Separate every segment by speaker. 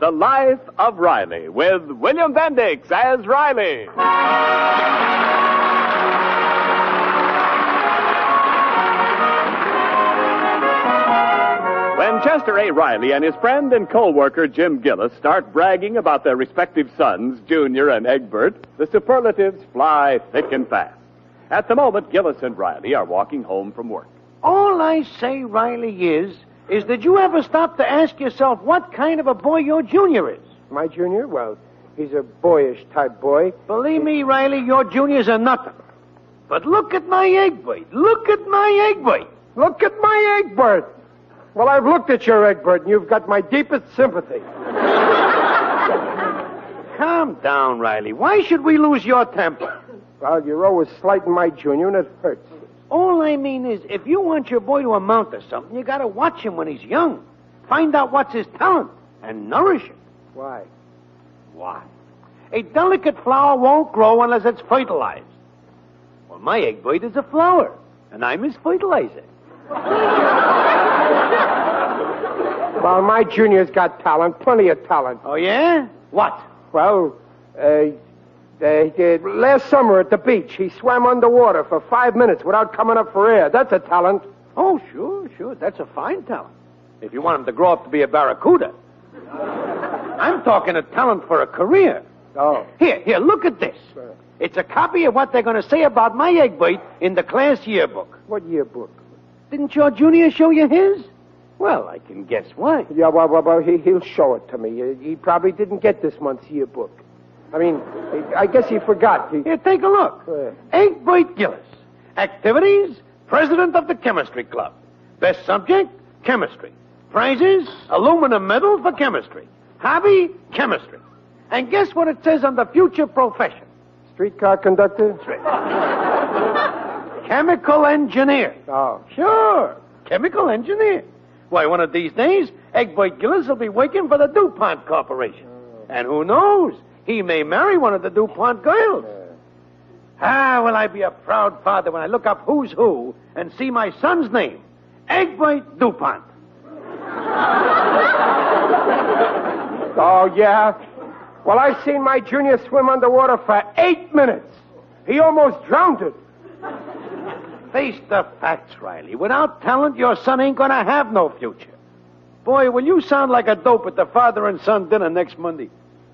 Speaker 1: The Life of Riley with William Bendix as Riley. When Chester A. Riley and his friend and co-worker Jim Gillis start bragging about their respective sons, Junior and Egbert, the superlatives fly thick and fast. At the moment, Gillis and Riley are walking home from work.
Speaker 2: All I say, Riley, is, is that you ever stop to ask yourself what kind of a boy your junior is?
Speaker 3: My junior? Well, he's a boyish type boy.
Speaker 2: Believe me, Riley, your juniors are nothing. But look at my Egbert. Look at my Egbert.
Speaker 3: Look at my Egbert. Well, I've looked at your Egbert, and you've got my deepest sympathy.
Speaker 2: Calm down, Riley. Why should we lose your temper?
Speaker 3: Well, you're always slighting my junior, and it hurts.
Speaker 2: All I mean is, if you want your boy to amount to something, you gotta watch him when he's young. Find out what's his talent and nourish him.
Speaker 3: Why?
Speaker 2: Why? A delicate flower won't grow unless it's fertilized. Well, my Egbert is a flower, and I'm his fertilizer.
Speaker 3: Well, my junior's got talent, plenty of talent.
Speaker 2: Oh, yeah? What?
Speaker 3: Well, uh, they did last summer at the beach, he swam underwater for five minutes without coming up for air. That's a talent.
Speaker 2: Oh, sure, sure. That's a fine talent. If you want him to grow up to be a barracuda. I'm talking a talent for a career.
Speaker 3: Oh.
Speaker 2: Here, here, look at this.
Speaker 3: Sure.
Speaker 2: It's a copy of what they're going to say about my Egbert in the class yearbook.
Speaker 3: What yearbook?
Speaker 2: Didn't your junior show you his? Well, I can guess why.
Speaker 3: Yeah, well, well, well he, he'll show it to me. Uh, He probably didn't get this month's yearbook. I mean, I guess he forgot. He, uh,
Speaker 2: Here, take a look.
Speaker 3: Where?
Speaker 2: Egbert Gillis. Activities, president of the chemistry club. Best subject, chemistry. Prizes, aluminum medal for chemistry. Hobby, chemistry. And guess what it says on the future profession?
Speaker 3: streetcar conductor?
Speaker 2: Chemical engineer.
Speaker 3: Oh.
Speaker 2: Sure, chemical engineer. Why, one of these days, Egbert Gillis will be working for the DuPont Corporation. And who knows? He may marry one of the DuPont girls. Ah, will I be a proud father when I look up who's who and see my son's name? Egbert DuPont.
Speaker 3: Oh, yeah? Well, I've seen my junior swim underwater for eight minutes. He almost drowned it.
Speaker 2: Face the facts, Riley. Without talent, your son ain't gonna have no future. Boy, will you sound like a dope at the father and son dinner next Monday.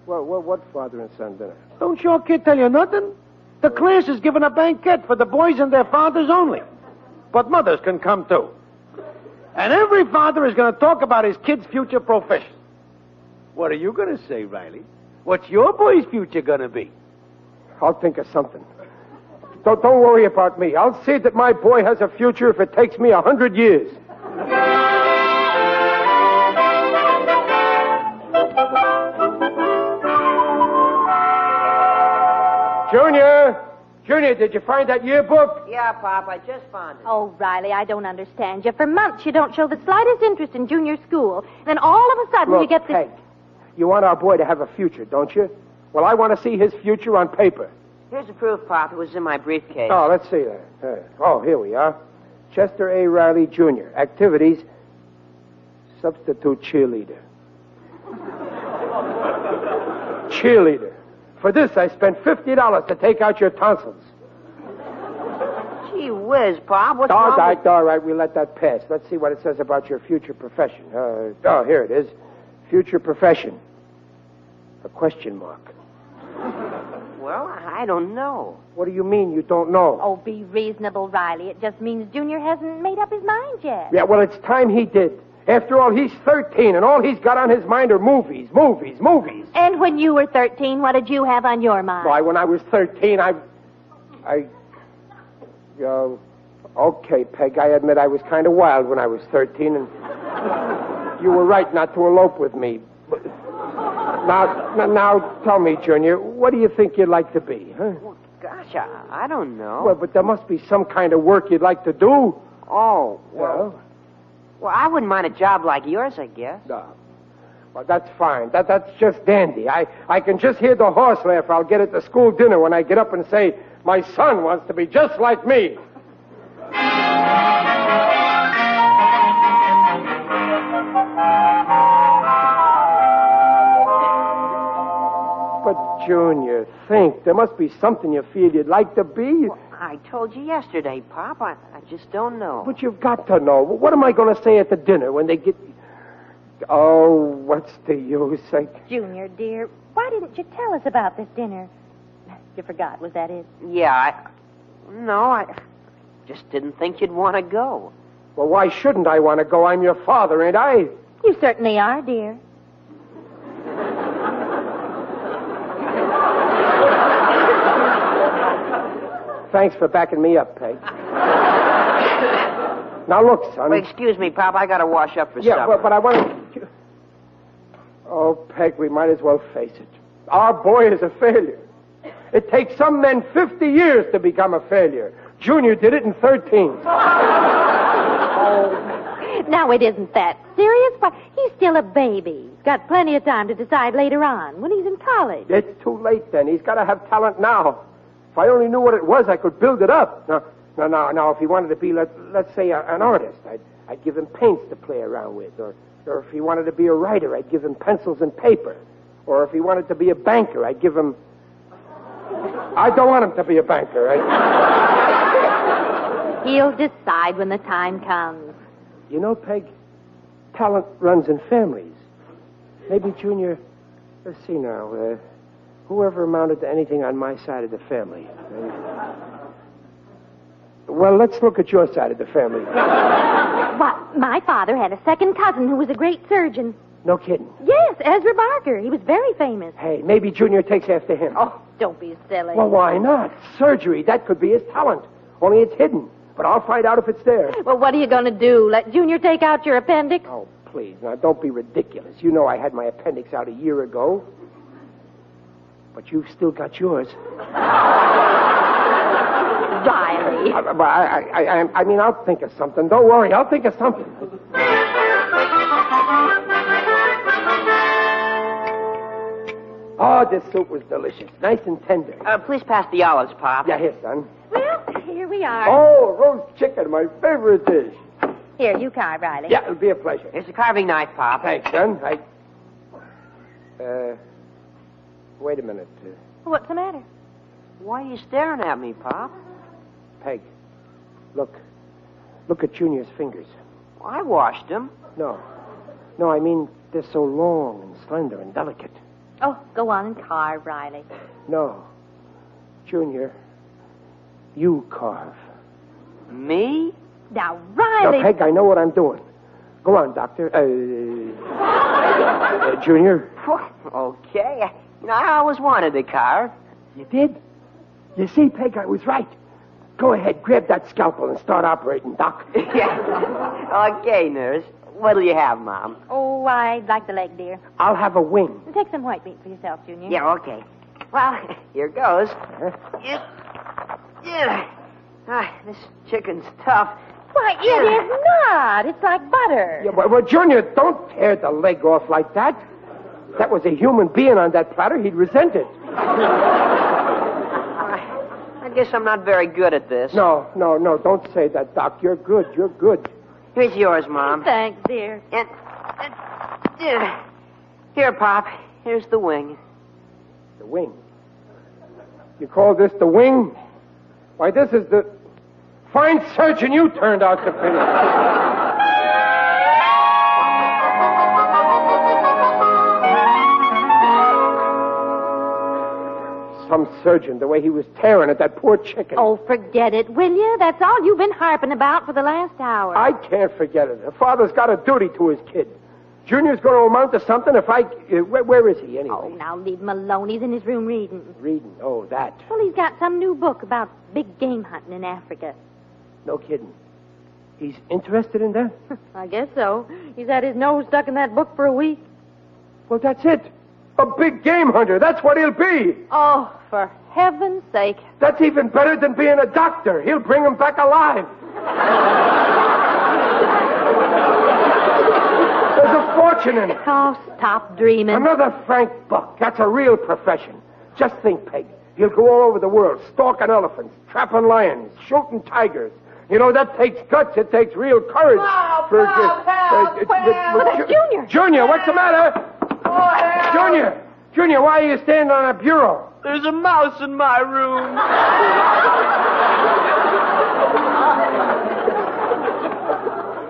Speaker 3: Well, well what father and son dinner?
Speaker 2: Don't your kid tell you nothing? The class is giving a banquet for the boys and their fathers only. But mothers can come too. And every father is going to talk about his kid's future profession. What are you going to say, Riley? What's your boy's future going to be?
Speaker 3: I'll think of something. Don't, don't worry about me. I'll see that my boy has a future if it takes me a hundred years. Junior! Junior, did you find that yearbook?
Speaker 4: Yeah, Pop, I just found it.
Speaker 5: Oh, Riley, I don't understand you. For months, you don't show the slightest interest in junior school. Then all of a sudden, you
Speaker 3: Look,
Speaker 5: get this.
Speaker 3: Hank, you want our boy to have a future, don't you? Well, I want to see his future on paper.
Speaker 4: Here's the proof, Pop. It was in my briefcase.
Speaker 3: Oh, let's see that. Uh, oh, here we are. Chester A. Riley Jr. Activities. Substitute cheerleader. cheerleader. For this, I spent fifty dollars to take out your tonsils.
Speaker 4: Gee whiz, Pop. What's
Speaker 3: All
Speaker 4: wrong
Speaker 3: right,
Speaker 4: with...
Speaker 3: all right. We let that pass. Let's see what it says about your future profession. Uh, oh, here it is. Future profession. A question mark.
Speaker 4: Well, I don't know.
Speaker 3: What do you mean you don't know?
Speaker 5: Oh, be reasonable, Riley. It just means Junior hasn't made up his mind yet.
Speaker 3: Yeah, well, it's time he did. After all, he's 13, and all he's got on his mind are movies, movies, movies.
Speaker 5: And when you were 13, what did you have on your mind?
Speaker 3: Why, when I was 13, I. I. Uh, okay, Peg, I admit I was kind of wild when I was 13, and you were right not to elope with me. But- Now, n- now, tell me, Junior, what do you think you'd like to be, huh?
Speaker 4: Well, gosh, I, I don't know.
Speaker 3: Well, but there must be some kind of work you'd like to do.
Speaker 4: oh, well,
Speaker 3: Well,
Speaker 4: well, I wouldn't mind a job like yours, I guess.
Speaker 3: no. Well, that's fine. That, that's just dandy. I, I can just hear the horse laugh I'll get at the school dinner when I get up and say, my son wants to be just like me. But, Junior, think. There must be something you feel you'd like to be.
Speaker 4: I told you yesterday, Pop. I, I just don't know.
Speaker 3: But you've got to know. What am I going to say at the dinner when they get. Oh, what's the use? I...
Speaker 5: Junior, dear, why didn't you tell us about this dinner? You forgot, was that it?
Speaker 4: yeah, I. No, I just didn't think you'd want to go.
Speaker 3: Well, why shouldn't I want to go? I'm your father, ain't I?
Speaker 5: You certainly are, dear.
Speaker 3: Thanks for backing me up, Peg. now, look, son.
Speaker 4: Well, excuse me, Pop. I got to wash up for
Speaker 3: Um, yeah,
Speaker 4: supper.
Speaker 3: but, but I want to. Oh, Peg, we might as well face it. Our boy is a failure. It takes some men 50 years to become a failure. Junior did it in 13.
Speaker 5: Now, it isn't that serious. Why, he's still a baby. He's got plenty of time to decide later on when he's in college.
Speaker 3: It's too late then. He's got to have talent now. If I only knew what it was, I could build it up. Now, now, now, now if he wanted to be, let, let's say, a, an artist, I'd, I'd give him paints to play around with. Or, or if he wanted to be a writer, I'd give him pencils and paper. Or if he wanted to be a banker, I'd give him. I don't want him to be a banker. I...
Speaker 5: He'll decide when the time comes.
Speaker 3: You know, Peg, talent runs in families. Maybe Junior. Let's see now. Uh, whoever amounted to anything on my side of the family. Uh, Well, let's look at your side of the family.
Speaker 5: Why, my father had a second cousin who was a great surgeon.
Speaker 3: No kidding.
Speaker 5: Yes, Ezra Barker. He was very famous.
Speaker 3: Hey, maybe Junior takes after him.
Speaker 5: Oh, don't be silly.
Speaker 3: Well, why not? Surgery, that could be his talent. Only it's hidden. But I'll find out if it's there.
Speaker 5: Well, what are you going to do? Let Junior take out your appendix?
Speaker 3: Oh, please. Now, don't be ridiculous. You know I had my appendix out a year ago. But you've still got yours.
Speaker 5: Riley.
Speaker 3: I, but I, I, I, I mean, I'll think of something. Don't worry, I'll think of something. Oh, this soup was delicious. Nice and tender.
Speaker 4: Uh, please pass the olives, Pop.
Speaker 3: Yeah, here, son.
Speaker 5: Well, here we are.
Speaker 3: Oh, roast chicken, my favorite dish.
Speaker 5: Here, you carve, Riley.
Speaker 3: Yeah, it'll be a pleasure.
Speaker 4: Here's the carving knife, Pop.
Speaker 3: Thanks, son. I. Uh. Wait a minute, uh,
Speaker 5: What's the matter?
Speaker 4: Why are you staring at me, Pop?
Speaker 3: Peg. Look. Look at Junior's fingers.
Speaker 4: I washed them.
Speaker 3: No. No, I mean, they're so long and slender and delicate.
Speaker 5: Oh, go on and carve, Riley.
Speaker 3: No. Junior, you carve.
Speaker 4: Me?
Speaker 5: Now,
Speaker 3: Now,
Speaker 5: Riley.
Speaker 3: Peg, I know what I'm doing. Go on, Doctor. Uh, uh, junior,
Speaker 4: okay. You know, I always wanted the car.
Speaker 3: you did? You see, Peg, I was right. Go ahead, grab that scalpel and start operating, Doc.
Speaker 4: Yeah. okay, nurse. What'll you have, Mom?
Speaker 5: Oh, I'd like the leg, dear.
Speaker 3: I'll have a wing.
Speaker 5: Take some white meat for yourself, Junior.
Speaker 4: Yeah, okay. Well, here goes. Yeah. Yeah. Ah, this chicken's tough.
Speaker 5: Why, it is not. It's like butter.
Speaker 3: Yeah, well, well, Junior, don't tear the leg off like that. If That was a human being on that platter. He'd resent it.
Speaker 4: I, I guess I'm not very good at this.
Speaker 3: No, no, no, don't say that, Doc. You're good. You're good.
Speaker 4: Here's yours, Mom.
Speaker 5: Thanks, dear.
Speaker 4: And, and, yeah. Here, Pop. Here's the wing.
Speaker 3: The wing. You call this the wing? Why, this is the fine surgeon you turned out to be. Some surgeon, the way he was tearing at that poor chicken.
Speaker 5: Oh, forget it, will you? That's all you've been harping about for the last hour.
Speaker 3: I can't forget it. A father's got a duty to his kid. Junior's going to amount to something if I. Uh, where, where is he, anyway?
Speaker 5: Oh, now leave him alone. He's in his room reading.
Speaker 3: Reading. Oh, that.
Speaker 5: Well, he's got some new book about big game hunting in Africa.
Speaker 3: No kidding. He's interested in that?
Speaker 5: I guess so. He's had his nose stuck in that book for a week.
Speaker 3: Well, that's it. A big game hunter. That's what he'll be.
Speaker 5: Oh, for heaven's sake.
Speaker 3: That's even better than being a doctor. He'll bring him back alive. There's a fortune in it.
Speaker 5: Oh, stop dreaming.
Speaker 3: Another Frank Buck. That's a real profession. Just think, Peg. He'll go all over the world, stalking elephants, trapping lions, shooting tigers. You know, that takes guts. It takes real courage.
Speaker 6: Help,
Speaker 3: for, uh,
Speaker 6: help, help,
Speaker 3: for-
Speaker 6: help.
Speaker 3: for-
Speaker 5: Junior.
Speaker 3: Junior, what's the matter?
Speaker 6: Oh, help.
Speaker 3: Junior! Junior, why are you standing on a bureau?
Speaker 2: There's a mouse in my room.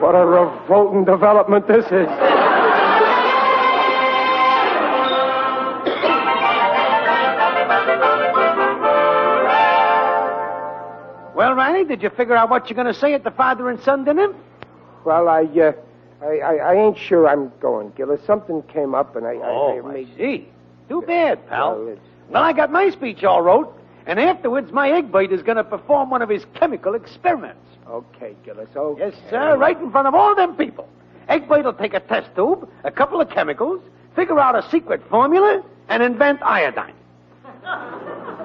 Speaker 3: What a revolting development this is.
Speaker 2: Well, Riley, did you figure out what you're going to say at the father and son dinner?
Speaker 3: Well, I, uh, I, I, I ain't sure I'm going, Gillis. Something came up, and I, I, Oh, I,
Speaker 2: I
Speaker 3: made-
Speaker 2: see. Too bad, Oh, pal.
Speaker 3: Well,
Speaker 2: Well,
Speaker 3: it's-
Speaker 2: I got my speech all wrote, and afterwards my eggbite is going to perform one of his chemical experiments.
Speaker 3: Okay, Gillis. Okay.
Speaker 2: Yes, sir, right in front of all them people. Eggbite will take a test tube, a couple of chemicals, figure out a secret formula, and invent iodine.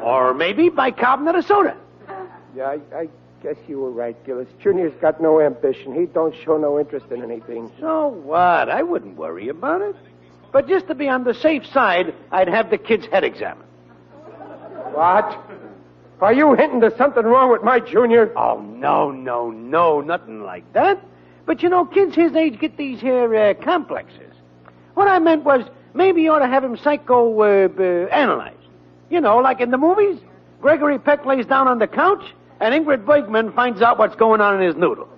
Speaker 2: or maybe bicarbonate of soda.
Speaker 3: Yeah, I, I guess you were right, Gillis. Junior's got no ambition. He don't show no interest in anything.
Speaker 2: So what? I wouldn't worry about it. But just to be on the safe side, I'd have the kid's head examined.
Speaker 3: What? Are you hinting there's something wrong with my junior?
Speaker 2: Oh, no, no, no, nothing like that. But you know, kids his age get these here uh, complexes. What I meant was maybe you ought to have him psycho uh, b- analyzed. You know, like in the movies, Gregory Peck lays down on the couch, and Ingrid Bergman finds out what's going on in his noodle.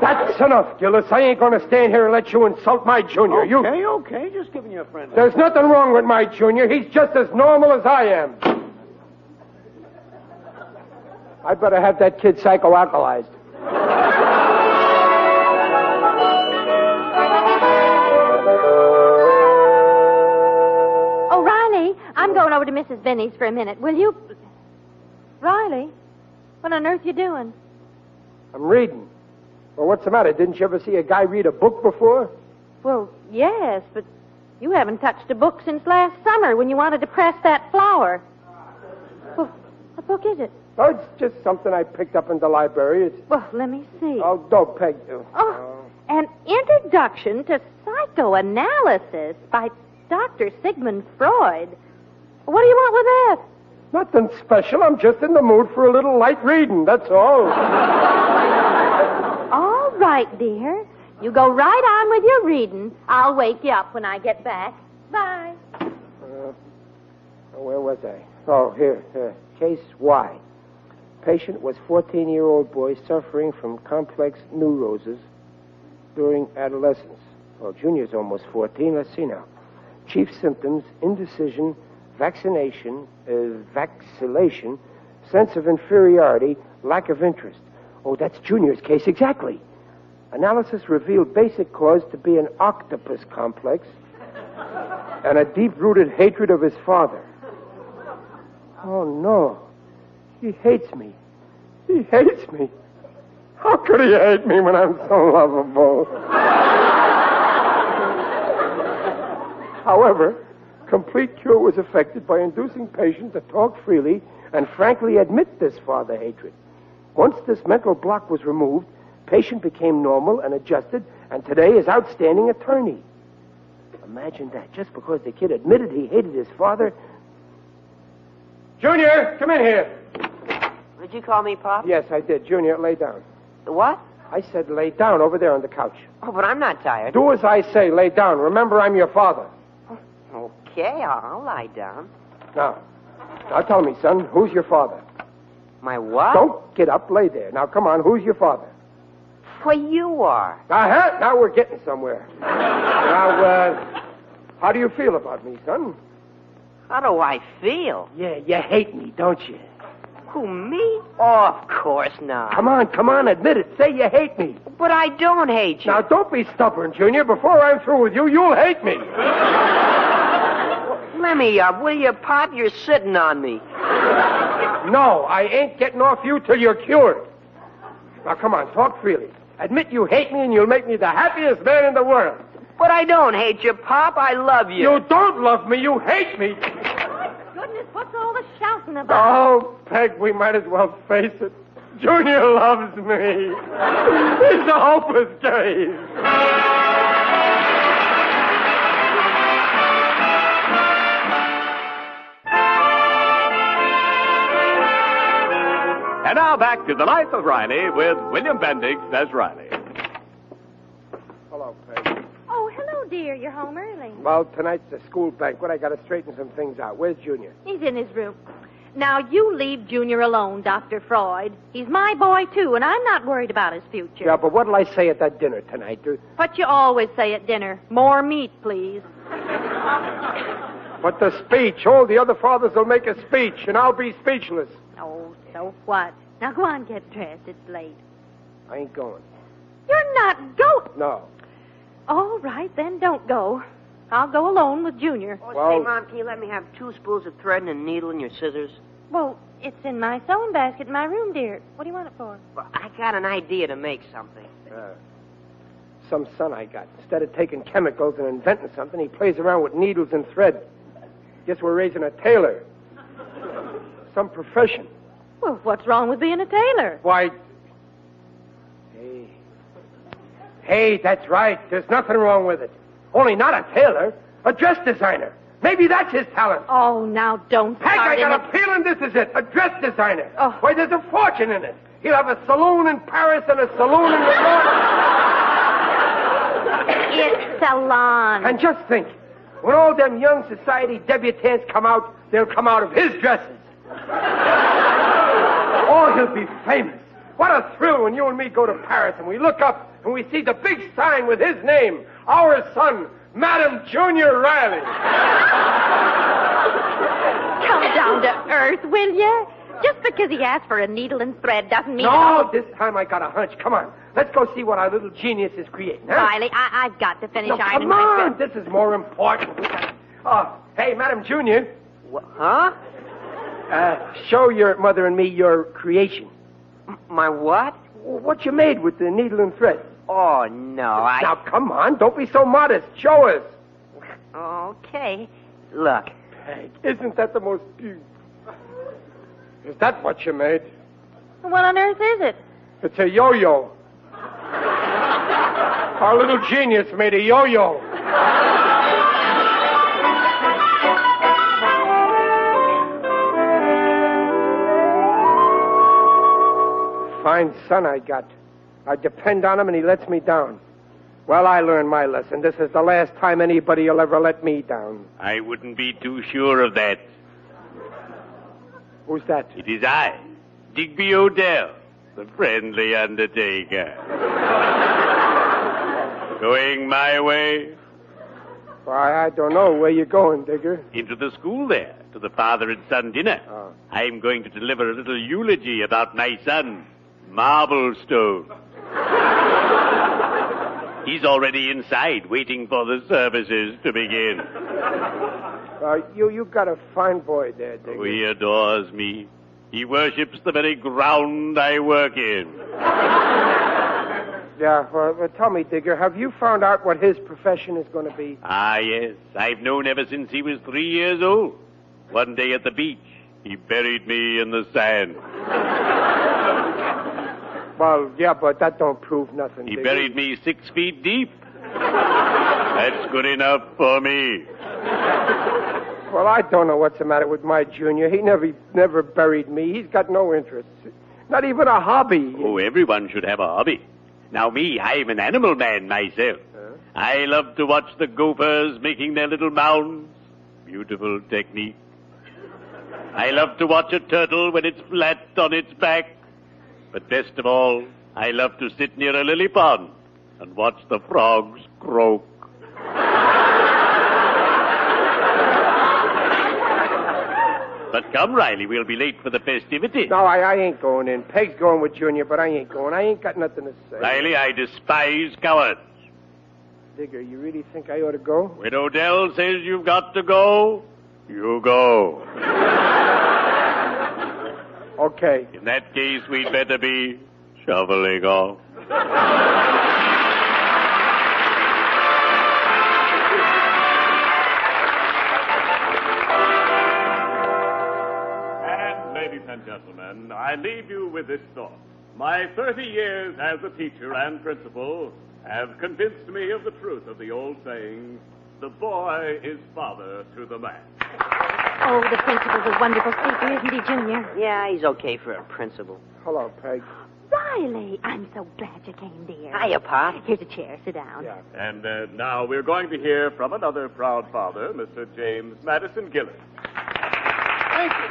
Speaker 3: That's enough, Gillis. I ain't gonna stand here and let you insult my junior. You.
Speaker 2: okay, okay, just giving you a friend.
Speaker 3: There's nothing wrong with my junior. He's just as normal as I am. I better have that kid psychoalkalized.
Speaker 5: Oh, Riley, I'm going over to Mrs. Benny's for a minute. Will you? Riley, what on earth you doing?
Speaker 3: I'm reading. Well, what's the matter? Didn't you ever see a guy read a book before?
Speaker 5: Well, yes, but you haven't touched a book since last summer when you wanted to press that flower. Well, what book is it?
Speaker 3: Oh, it's just something I picked up in the library. It's
Speaker 5: Well, let me see.
Speaker 3: oh, dope, Peg.
Speaker 5: Oh, an introduction to psychoanalysis by Dr. Sigmund Freud. What do you want with
Speaker 3: Nothing special. I'm just in the mood for a little light reading. That's all.
Speaker 5: that? All right, dear. You go right on with your reading. I'll wake you up when I get back. Bye.
Speaker 3: Oh, Where was I? Oh, here. here. Case Y. Patient was 14 year old boy suffering from complex neuroses during adolescence. Well, Junior's almost 14. Let's see now. Chief symptoms indecision, vaccination, uh, vacillation, sense of inferiority, lack of interest. Oh, that's Junior's case exactly. Analysis revealed basic cause to be an octopus complex and a deep rooted hatred of his father. Oh, no. He hates me. He hates me. How could he hate me when I'm so lovable? However, complete cure was effected by inducing patient to talk freely and frankly admit this father hatred. Once this mental block was removed, patient became normal and adjusted, and today is outstanding attorney. Imagine that. Just because the kid admitted he hated his father. Junior, come in here.
Speaker 4: Did you call me Pop?
Speaker 3: Yes, I did. Junior, lay down.
Speaker 4: What?
Speaker 3: I said lay down over there on the couch.
Speaker 4: Oh, but I'm not tired.
Speaker 3: Do as I say, lay down. Remember, I'm your father.
Speaker 4: Okay, I'll, I'll lie down.
Speaker 3: Now, now tell me, son, who's your father?
Speaker 4: My what?
Speaker 3: Don't get up, lay there. Now, come on, who's your father?
Speaker 4: Well, you are.
Speaker 3: Uh-huh, now we're getting somewhere. now, uh, how do you feel about me, son?
Speaker 4: How do I feel?
Speaker 3: Yeah, you hate me, don't you?
Speaker 4: Who, me? Oh, of course not.
Speaker 3: Come on, come on, admit it. Say you hate me.
Speaker 4: But I don't hate you.
Speaker 3: Now, don't be stubborn, Junior. Before I'm through with you, you'll hate me.
Speaker 4: Let me up, will you, Pop? You're sitting on me.
Speaker 3: No, I ain't getting off you till you're cured. Now, come on, talk freely. Admit you hate me, and you'll make me the happiest man in the world.
Speaker 4: But I don't hate you, Pop. I love you.
Speaker 3: You don't love me, you hate me.
Speaker 5: Goodness, what's all the shouting about?
Speaker 3: Oh, Peg, we might as well face it. Junior loves me. He's a hopeless case.
Speaker 1: And now back to the life of Riley with William Bendix as Riley.
Speaker 3: Hello, Peg.
Speaker 5: Oh, hello, dear. You're home early.
Speaker 3: Well, tonight's the school banquet. I got to straighten some things out. Where's Junior?
Speaker 5: He's in his room. Now, you leave Junior alone, Dr. Freud. He's my boy, too, and I'm not worried about his future.
Speaker 3: Yeah, but what'll I say at that dinner tonight? Do-
Speaker 5: What you always say at dinner more meat, please.
Speaker 3: But the speech. All the other fathers will make a speech, and I'll be speechless.
Speaker 5: Oh, so what? Now, go on, get dressed. It's late.
Speaker 3: I ain't going.
Speaker 5: You're not go.
Speaker 3: No.
Speaker 5: All right, then don't go. I'll go alone with Junior.
Speaker 4: Oh,
Speaker 3: Well-
Speaker 4: say, Mom, can you let me have two spools of thread and a needle and your scissors?
Speaker 5: Well, it's in my sewing basket in my room, dear. What do you want it for?
Speaker 4: Well, I got an idea to make something.
Speaker 3: Uh, some son I got. Instead of taking chemicals and inventing something, he plays around with needles and thread. Guess we're raising a tailor. Some profession.
Speaker 5: Well, what's wrong with being a tailor?
Speaker 3: Why? Hey. Hey, that's right. There's nothing wrong with it. Only not a tailor, a dress designer. Maybe that's his talent.
Speaker 5: Oh, now don't.
Speaker 3: Heck,
Speaker 5: start
Speaker 3: I
Speaker 5: him.
Speaker 3: got a feeling this is it. A dress designer.
Speaker 5: Oh.
Speaker 3: Why, there's a fortune in it. He'll have a saloon in Paris and a saloon in New York.
Speaker 5: It's salon.
Speaker 3: and just think, when all them young society debutantes come out, they'll come out of his dresses. oh, he'll be famous. What a thrill when you and me go to Paris and we look up and we see the big sign with his name, our son, Madam Junior Riley.
Speaker 5: Come down to earth, will you? Just because he asked for a needle and thread doesn't mean.
Speaker 3: No, this time I got a hunch. Come on, let's go see what our little genius is creating. Huh?
Speaker 5: Riley, I- I've got to finish
Speaker 3: No, come
Speaker 5: ironing my dress.
Speaker 3: on, this is more important. We gotta- Oh, hey, Madam Junior,
Speaker 4: Wha huh?
Speaker 3: uh, show your mother and me your creation.
Speaker 4: My what?
Speaker 3: What you made with the needle and thread.
Speaker 4: Oh, no, I.
Speaker 3: Now, come on, don't be so modest. Show us.
Speaker 4: Okay. Look.
Speaker 3: Peg, isn't that the most beautiful? Is that what you made?
Speaker 5: What on earth is it?
Speaker 3: It's a yo-yo. Our little genius made a yo-yo. Fine son I got. I depend on him and he lets me down. Well, I learned my lesson. This is the last time anybody will ever let me down.
Speaker 6: I wouldn't be too sure of that.
Speaker 3: Who's that?
Speaker 6: It is I, Digby Odell, the friendly undertaker. going my way
Speaker 3: Why, I don't know where you're going, Digger.
Speaker 6: into the school there to the father and son dinner.
Speaker 3: Oh.
Speaker 6: I'm going to deliver a little eulogy about my son, Marblestone. He's already inside waiting for the services to begin.
Speaker 3: Uh, you, you got a fine boy there, Digger.
Speaker 6: Oh, he adores me. He worships the very ground I work in.
Speaker 3: Yeah, well, well, tell me, Digger, have you found out what his profession is going to be?
Speaker 6: Ah, yes. I've known ever since he was three years old. One day at the beach, he buried me in the sand.
Speaker 3: Well, yeah, but that don't prove nothing.
Speaker 6: He
Speaker 3: Digger.
Speaker 6: buried me six feet deep. That's good enough for me.
Speaker 3: Well, I don't know what's the matter with my junior. He never, never buried me. He's got no interest, not even a hobby.
Speaker 6: Oh, everyone should have a hobby. Now, me, I'm an animal man myself. I love to watch the gophers making their little mounds. Beautiful technique. I love to watch a turtle when it's flat on its back. But best of all, I love to sit near a lily pond and watch the frogs croak. but come, Riley, we'll be late for the festivities.
Speaker 3: No, I, I ain't going in. Peg's going with Junior, but I ain't going. I ain't got nothing to say.
Speaker 6: Riley, I despise cowards.
Speaker 3: Digger, you really think I ought to go?
Speaker 6: When Odell says you've got to go, you go.
Speaker 3: Okay.
Speaker 6: In that case, we'd better be shoveling off.
Speaker 1: And, ladies and gentlemen, I leave you with this thought. My 30 years as a teacher and principal have convinced me of the truth of the old saying, the boy is father to the man.
Speaker 5: Oh, the principal's a wonderful speaker, isn't he, Junior?
Speaker 4: Yeah, he's okay for a principal.
Speaker 3: Hello, Peg.
Speaker 5: Riley, I'm so glad you came, dear.
Speaker 7: Hiya, Pop.
Speaker 5: Here's a chair. Sit down.
Speaker 3: Yeah.
Speaker 8: And uh, now we're going to hear from another proud father, Mr. James Madison Gillis.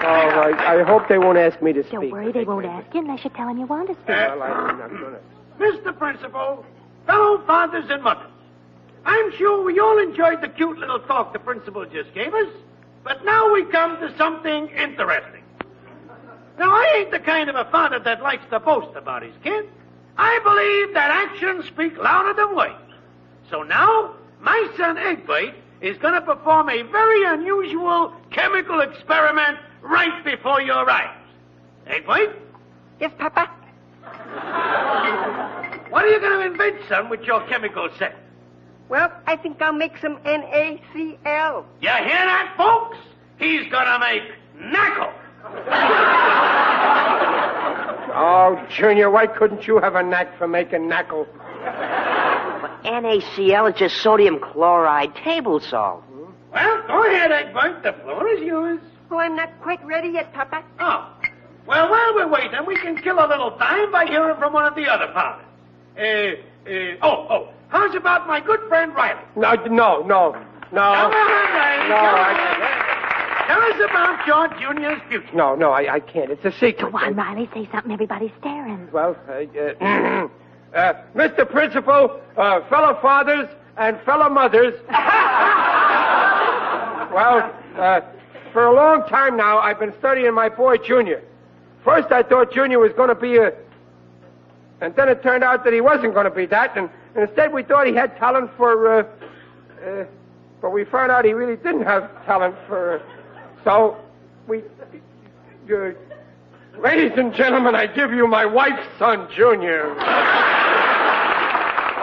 Speaker 3: All right. I hope they won't ask me to speak.
Speaker 5: Don't worry, they won't ask you unless you tell them you want to speak.
Speaker 3: Well, I'm not gonna.
Speaker 2: Mr. Principal, fellow fathers and mothers, I'm sure we all enjoyed the cute little talk the principal just gave us, but now we come to something interesting. Now, I ain't the kind of a father that likes to boast about his kid. I believe that actions speak louder than words. So now, my son Egbert is going to perform a very unusual chemical experiment right before your eyes. Egbert,
Speaker 7: Yes, Papa?
Speaker 2: what are you going to invent, son, with your chemical set?
Speaker 7: Well, I think I'll make some NaCl.
Speaker 2: You hear that, folks? He's gonna make knuckle.
Speaker 3: Oh, Junior, why couldn't you have a knack for making knuckle?
Speaker 7: NaCl is just sodium chloride table salt.
Speaker 2: Well, go ahead, Egbert. The floor is yours.
Speaker 7: Well, I'm not quite ready yet, Papa.
Speaker 2: Oh. Well, while we're waiting, we can kill a little time by hearing from one of the other fathers. Uh, uh, oh, oh. How's about my good friend Riley?
Speaker 3: No, no, no,
Speaker 2: Come
Speaker 3: no,
Speaker 2: on, Riley.
Speaker 3: No,
Speaker 2: come
Speaker 3: I-
Speaker 2: on. Tell us about your junior's future.
Speaker 3: no, no. I, I can't. It's a secret.
Speaker 5: Go on, Riley. Say something. Everybody's staring.
Speaker 3: Well, uh, uh, uh, Mr. Principal, uh, fellow fathers and fellow mothers. well, uh, for a long time now, I've been studying my boy Junior. First, I thought Junior was going to be a, and then it turned out that he wasn't going to be that, and, and instead we thought he had talent for, uh, uh, but we found out he really didn't have talent for, uh, so we, uh, Ladies and gentlemen, I give you my wife's son, Junior.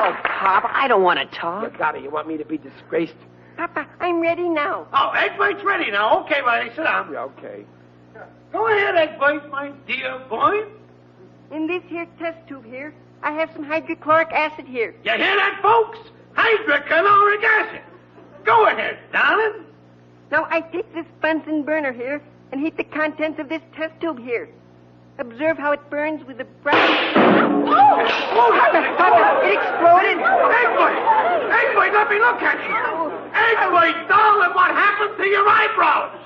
Speaker 7: Oh, Pop, I don't want to
Speaker 3: You
Speaker 7: talk.
Speaker 3: got it. You want me to be disgraced?
Speaker 7: Papa, I'm ready now.
Speaker 2: Oh, Egbert's ready now. Okay, Riley, sit down.
Speaker 3: Yeah, okay.
Speaker 2: Go ahead, Egbert, my dear boy.
Speaker 7: In this here test tube here, I have some hydrochloric acid here.
Speaker 2: You hear that, folks? Hydrochloric acid. Go ahead, darling.
Speaker 7: Now I take this Bunsen burner here and heat the contents of this test tube here. Observe how it burns with a brown.
Speaker 2: Oh,
Speaker 7: Papa, it exploded.
Speaker 2: Eggboy! Eggboy, let me look at you! Eggboy, darling, what happened to your eyebrows?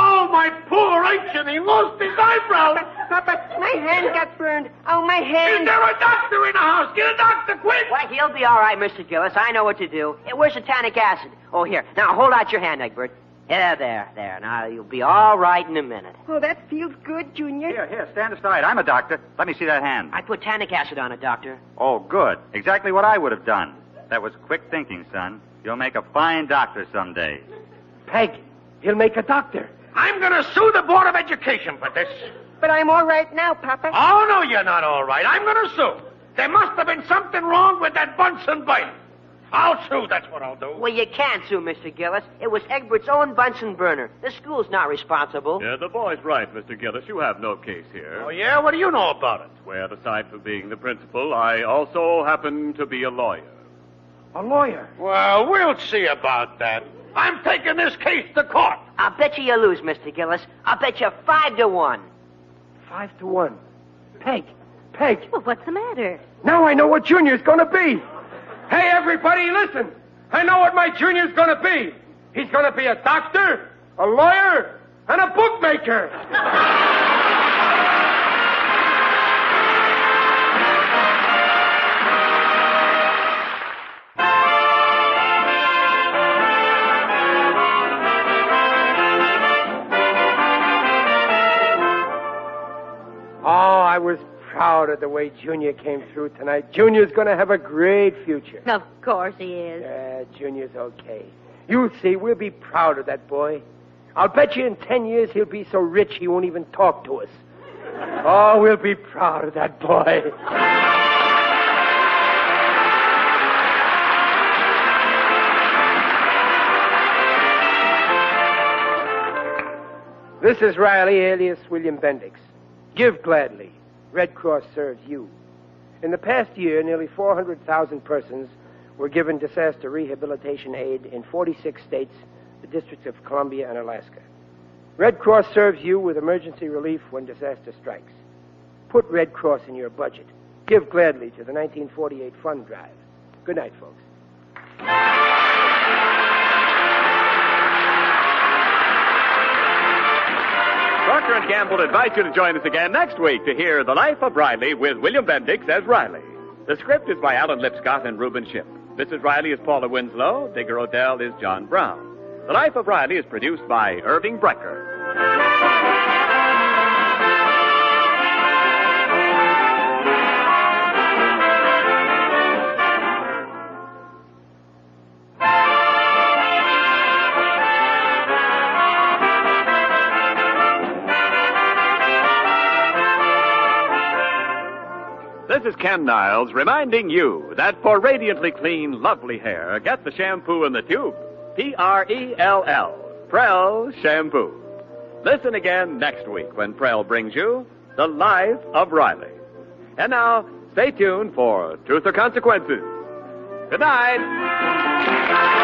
Speaker 2: Oh, my poor ancient, he lost his eyebrows!
Speaker 7: Papa, my hand got burned. Oh, my
Speaker 2: Is
Speaker 7: hand.
Speaker 2: there a doctor in the house? Get a doctor, quick!
Speaker 4: Why, he'll be all right, Mr. Gillis. I know what to do. Hey, where's the tannic acid? Oh, here. Now, hold out your hand, Egbert. Yeah, there, there. Now, you'll be all right in a minute.
Speaker 7: Oh, that feels good, Junior.
Speaker 9: Here, here, stand aside. I'm a doctor. Let me see that hand.
Speaker 4: I put tannic acid on it, Doctor.
Speaker 9: Oh, good. Exactly what I would have done. That was quick thinking, son. You'll make a fine doctor someday.
Speaker 3: Peg, he'll make a doctor.
Speaker 2: I'm gonna sue the Board of Education for this.
Speaker 7: But I'm all right now, Papa.
Speaker 2: Oh, no, you're not all right. I'm gonna sue. There must have been something wrong with that Bunsen burner. I'll sue, that's what I'll do.
Speaker 4: Well, you can't sue Mr. Gillis. It was Egbert's own Bunsen burner. The school's not responsible.
Speaker 6: Yeah, the boy's right, Mr. Gillis. You have no case here.
Speaker 2: Oh, yeah? What do you know about it?
Speaker 6: Where, aside from being the principal, I also happen to be a lawyer.
Speaker 3: A lawyer.
Speaker 2: Well, we'll see about that. I'm taking this case to court.
Speaker 4: I'll bet you you lose, Mr. Gillis. I'll bet you five to one.
Speaker 3: Five to one. Peg, Peg,
Speaker 5: Well, what's the matter?
Speaker 3: now I know what Junior's going to be. Hey, everybody, listen. I know what my Junior's going to be. He's going to be a doctor, a lawyer, and a bookmaker. Oh, I was proud of the way Junior came through tonight. Junior's going to have a great future.
Speaker 5: Of course he is.
Speaker 3: Yeah, Junior's okay. You'll see, we'll be proud of that boy. I'll bet you in ten years he'll be so rich he won't even talk to us. Oh, we'll be proud of that boy. This is Riley, alias William Bendix. Give gladly. Red Cross serves you. In the past year, nearly 400,000 persons were given disaster rehabilitation aid in 46 states, the districts of Columbia, and Alaska. Red Cross serves you with emergency relief when disaster strikes. Put Red Cross in your budget. Give gladly to the 1948 fund drive. Good night, folks.
Speaker 6: Procter and Gamble invite you to join us again next week to hear The Life of Riley with William Bendix as Riley. The script is by Alan Lipscott and Reuben Ship. Mrs. Riley is Paula Winslow. Digger Odell is John Brown. The Life of Riley is produced by Irving Brecker. This is Ken Niles reminding you that for radiantly clean, lovely hair, get the shampoo in the tube. P R E L L. Prel Shampoo. Listen again next week when Prel brings you The Life of Riley. And now, stay tuned for Truth or Consequences. Good night.